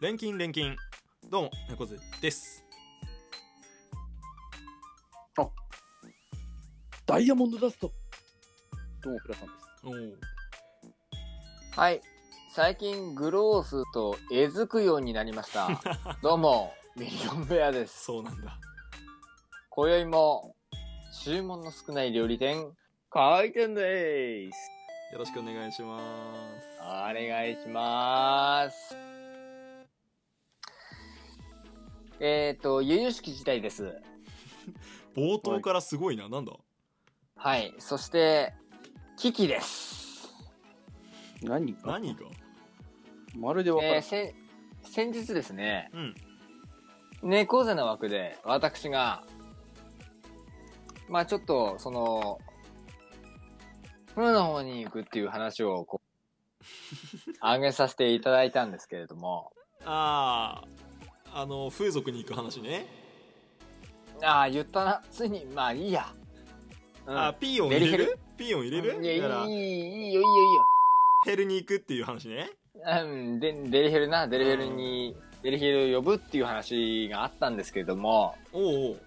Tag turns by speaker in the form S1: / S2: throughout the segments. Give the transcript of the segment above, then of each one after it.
S1: 錬金錬金どうも猫背です
S2: ダイヤモンドダスト。どうも、フラさんです。
S1: おお
S3: はい。最近、グロースと絵づくようになり ました。どうも、ミリオンベアです。
S1: そうなんだ
S3: 今宵も、注文の少ない料理店、開店でーす。
S1: よろしくお願いします
S3: お願いします。えっ、ー、と、由々しき事態です。
S1: 冒頭からすごいななんだ
S3: はい。そして、キキです。
S2: 何か
S1: 何が
S2: まるでわからん
S3: えー、せん先日ですね、
S1: うん
S3: 猫背の枠で私が、まあちょっと、その、プロの方に行くっていう話をこ う、上げさせていただいたんですけれども、
S1: あああの風俗に行く話ね、
S3: ああ、言ったな、ついに、まあいいや。うん、
S1: あピーヨン入れ
S3: メルヘ
S1: るピーヨン入れる
S3: い
S1: だか
S3: や、
S1: ら
S3: いい、いいよ、いいよ、いいよ。
S1: ヘルに行くっていう話ね
S3: うん、で、デリヘルな、デリヘルに、デリヘルを呼ぶっていう話があったんですけれども、
S1: おうおう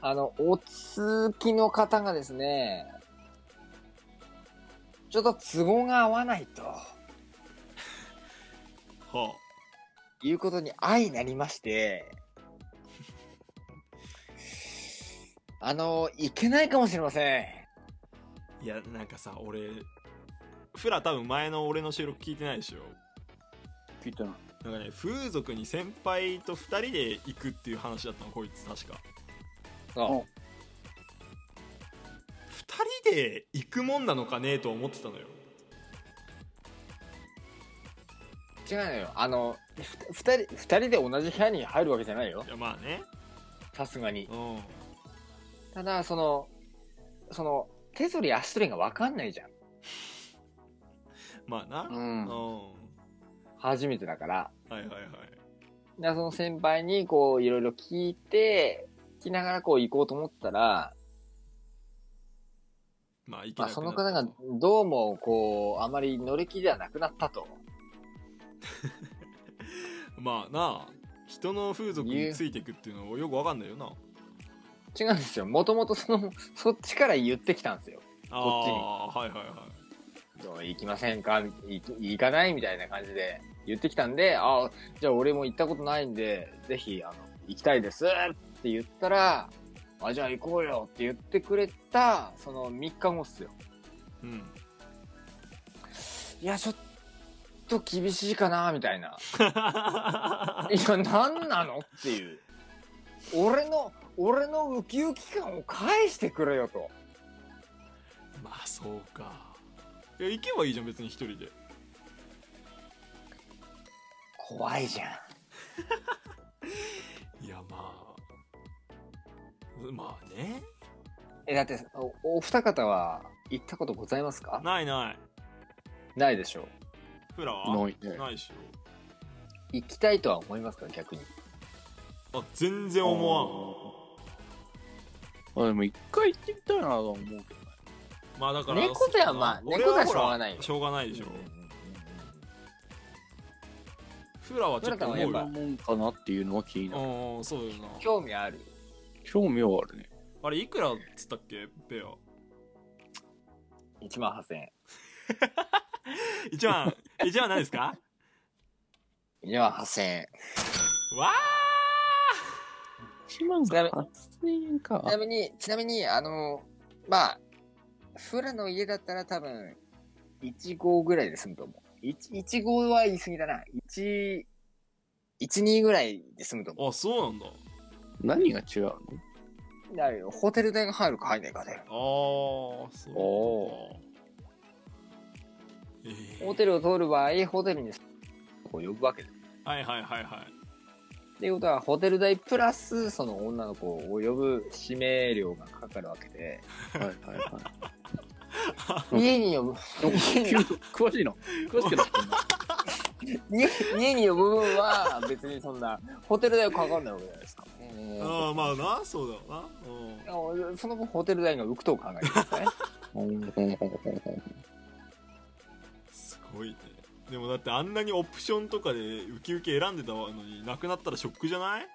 S3: あの、お付きの方がですね、ちょっと都合が合わないと
S1: は
S3: いうことに相なりまして、あの、いけないかもしれません。
S1: あいやなんかさ俺フラ多分前の俺の収録聞いてないでしょ
S2: 聞いたな。
S1: なんかね風俗に先輩と2人で行くっていう話だったのこいつ確か
S3: そう
S1: 2人で行くもんなのかねえとは思ってたのよ
S3: 違うのよ。あの、ふ二人、二人で同じ部屋に入るわけじゃないよ
S1: い。やまあね
S3: さすがに。
S1: うん
S3: ただ、その、その、手取り足取りがわかんないじゃん。
S1: まあなうん
S3: うん
S1: は
S3: 初めてだから。
S1: いはいはい
S3: で、その先輩にこういろいろ聞いて、聞きながらこう行こうと思ってたら、
S1: まあ行け
S3: ま
S1: な
S3: あ
S1: く
S3: そ
S1: な
S3: の
S1: った
S3: 方がどうもこう、あまり乗り気ではなくなったと。
S1: まあなあ人の風俗についていくっていうのをよくわかんないよな
S3: 違うんですよ。もともとその、そっちから言ってきたんですよ。
S1: ああーはいはいは
S3: どう行きませんか行き行かないみたいな感じで言ってきたんで、ああ、じゃあ俺も行ったことないんで、ぜひ、あの、行きたいですって言ったら、あ、じゃあ行こうよって言ってくれた、その3日後っすよ。
S1: いう ん
S3: いや、ちょっと厳しいかな、みたいな。いや、なんなのっていう。俺の、俺のウキウキ感を返してくれよと。
S1: まあそうかいや行けばいいじゃん別に一人で
S3: 怖いじゃん。
S1: いやまあまあね
S3: え、だって、おお二方は行ったことございますか
S1: ないない
S3: ないでしょう。
S1: フラ
S2: な
S1: はい
S2: ね。
S1: ないでし
S3: 行きたいとは思いますか逆に。
S1: ょあ全然思わん
S2: あ、でも一回行ってみたいなとは思うけどね。
S1: まあだから
S3: 猫背はまあ
S1: 俺は
S3: 猫背はしょうがない
S1: ほ
S3: よ
S1: らしょうがないでしょフラはちょっと思う
S3: フ
S1: よ
S3: ラ
S2: どんなもんかなっていうのは気になる。
S1: うんうんそうよな
S3: 興味ある。
S2: 興味はあるね。
S1: あれいくらっつったっけペア
S3: 1万8000円。
S1: 一番一番何ですか
S3: 1万8000円。
S1: わ
S2: 1万
S3: ちなみ
S2: 8000円か
S3: ち。なみに、ちなみに、あの、まあ、フラの家だったら多分、1号ぐらいで済むと思う。1、1号は言い過ぎだな。1、1、2ぐらいで済むと思
S1: ーあそうなんだ
S2: 何が違うの
S3: う。だよホテル代が入るか入んないかで。
S1: ああそう
S2: お
S1: ええ
S3: ホテルを通る場合、ホテルにこう呼ぶわけです。
S1: はいはいはいはい
S3: っていうことは、ホテル代プラス、その女の子を呼ぶ指名料がかかるわけで、
S2: はいはいは
S3: 家に 呼ぶ、
S2: い。急に詳しいの。詳しくなってんな。
S3: 家家に呼ぶ分は別にそんな、ホテル代かかんないわけじゃないですか。
S1: ああまあなそうだよなうん
S3: その分ホテル代が浮くと考えてください。
S2: うんうんうんうんうん
S1: すごいねでもだってあんなにオプションとかでウキウキ選んでたのになくなったらショックじゃない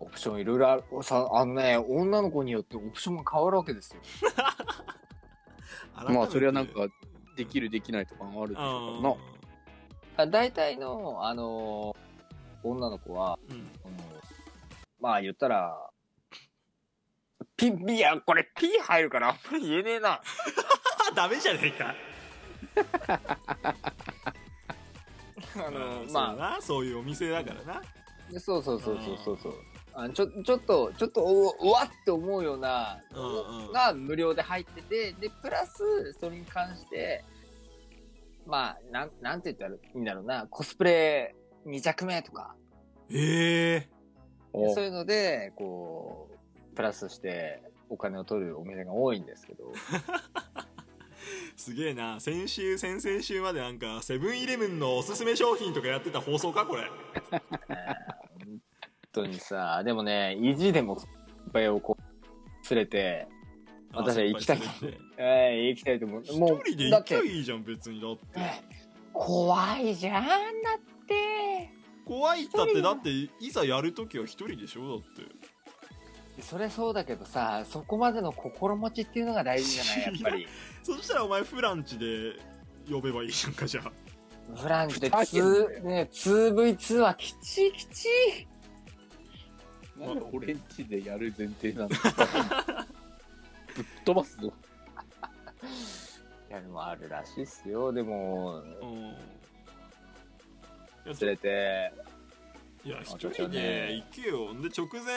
S3: オプションいろいろあるさあのね女の子によってオプションも変わるわけですよ
S2: まあそれはなんかできるできないとかもあるでしょうからな
S3: あ大体のあのー女の子は
S1: うん
S3: あのまあ言ったらピンいやこれ P 入るからあんまり言えねえな
S1: あダメじゃねえか
S3: あの
S1: まあそ
S3: ま
S1: うなそういうお店だからな
S3: あそうそうそうそうそうそうあのちょちょっとちょっとおうわって思うような
S1: うんうん
S3: が無料で入っててでプラスそれに関してまあなんなんて言ったらいいんだろうなコスプレ2着目とか
S1: ええ
S2: お
S3: そういうのでこうプラスしてお金を取るお店が多いんですけど
S1: すげえな先週先々週までなんかセブンイレブンのおすすめ商品とかやってた放送かこれ
S3: えー本当にさ でもね意地でもいっぱいをこう連れて、私は行きたい
S1: あ失敗するって
S3: えー、行きたいと思うもう
S1: 一人で
S3: だ
S1: 行
S3: っ
S1: きゃ
S3: て
S1: いいじゃん別にだって
S3: 怖いじゃんだって
S1: 怖いったっ
S3: 一
S1: て
S3: 人
S1: だっていざやるときは一人でしょだって
S3: それそうだけどさそこまでの心持ちっていうのが大事じゃ ないやっぱり
S1: そしたらお前フランチで呼べばいいじゃんかじゃあ
S3: フランチで
S2: ふざけんなよ
S3: 2、ね、2V2 はきちいきちい
S2: なんで俺んちでやる前提 なんだぶっ飛ばすぞ
S3: いやでもあるらしいっすよでも
S1: うんいや
S3: 連れて
S1: いや一
S3: 私はね
S1: 人で行けよで直前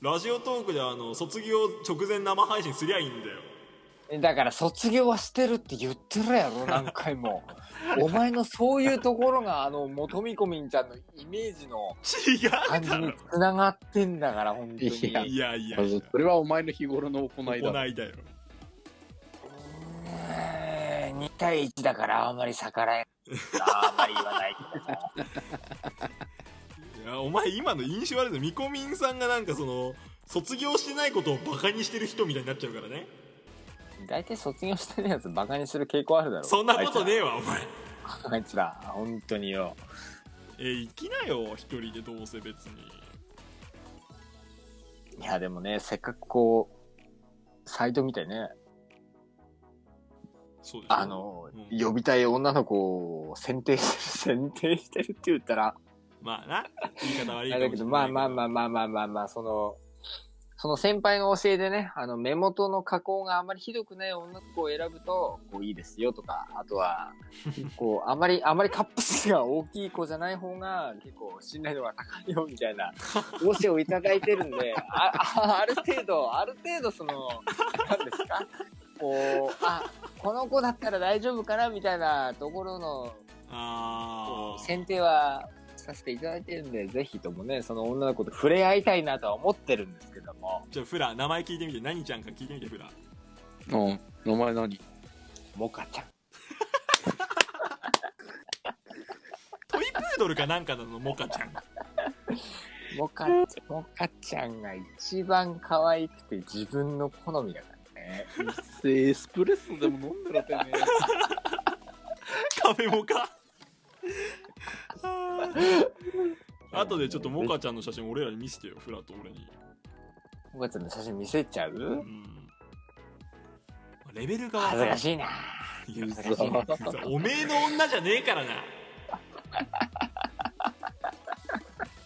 S1: ラジオトークであの卒業直前生配信すりゃいいんだよ
S3: だから卒業はしてるって言ってる やろ何回もお前のそういうところがあの元見込みんちゃんのイメージの
S1: 違う
S3: 感じ
S1: だ
S3: に
S1: ろ
S3: つながってんだから本当に
S2: いや
S1: いやいや
S2: ま
S1: い
S2: ず
S1: や
S2: それはお前の日頃の行いだ
S1: 行いだよ
S3: うーん2対1だからあんまり逆 らえあんまり言わないけど
S1: いやお前今の印象悪いぞみこみんさんがなんかその卒業してないことをバカにしてる人みたいになっちゃうからね
S3: 大体卒業してるやつバカにする傾向あるだろ
S1: そんなことねえわお前
S3: あいつらあいつら本当によ
S1: え行きなよ一人でどうせ別に
S3: いやでもねせっかくこうサイト見てね
S1: そうでしょ
S3: あの、
S1: うん
S3: 呼びたい女の子を選定してる 選定してるって言ったら
S1: まあな言い方
S3: あ
S1: 悪いかもしれな
S3: れ
S1: い
S3: だけどまあまあまあまあまあまあまあそのその先輩の教えでねあの目元の加工があまりひどくない女の子を選ぶとこういいですよとかあと はこうあまりあまりカップ数が大きい子じゃない方が結構信頼度が高いよみたいな教えをいただいてるんであああ る程度ある程度その何ですかこうあこの子だったら大丈夫かなみたいなところの
S1: あー
S3: 選定はさせていただいてるんで、ぜひともね、その女の子と触れ合いたいなとは思ってるんですけども、
S1: じゃあフラ名前聞いてみて何ちゃんか聞いてみてフラ
S2: うん名前何
S3: モカちゃん。
S1: トイプードルかなんかなのモカちゃん
S3: モカ、モカちゃんが一番可愛くて自分の好みだからね。
S2: エスプレッソでも飲んでろてめえ
S1: カフェモ カあとでちょっとモカちゃんの写真俺らに見せてよフラと俺に、
S3: モカちゃんの写真見せちゃ
S1: う、
S3: うん
S1: レベルが
S3: 恥ずか
S1: 分
S3: しいな。
S1: いや
S3: 恥ずかしいな。
S1: おめえの女じゃねえからな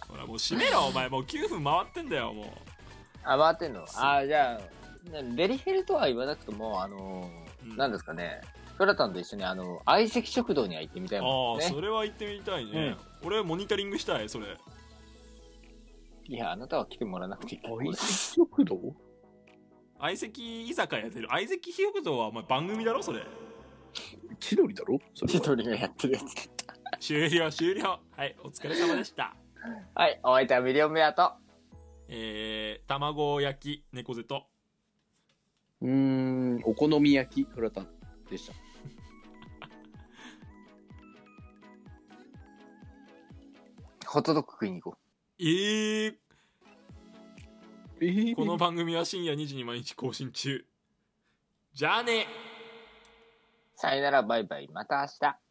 S1: ほらもう閉め ろお前もう9分回ってんだよもう
S3: あ、回ってんのあ、じゃあ、ねデリヘルとは言わなくとも、あの
S1: う
S3: ー、
S1: ん
S3: なんですかね、フラタンと一緒にあの、相席食堂には行ってみたい
S1: あ
S3: もん
S1: あ
S3: ですね
S1: そ。れは行ってみたいね、俺モニタリングしたいそれ
S3: いや、あなたは来てもらわなくていいと思う。
S2: 食堂
S1: 相席居酒屋やってる相席ひよくとはお前番組だろそれ
S2: 千鳥だろそれ
S3: 千
S2: は
S3: 鳥がやってるやつ。
S1: 終了終了はいお疲れ様でした
S3: はい、お相手はミリオンベアと。
S1: えー、卵焼き猫背と
S2: うーんお好み焼きフラタンでした
S3: ホットドッグ食いに行こ
S1: えー、
S2: えー
S1: この番組は深夜2時に毎日更新中じゃあね
S3: う。さよなら、バイバイ、また明日。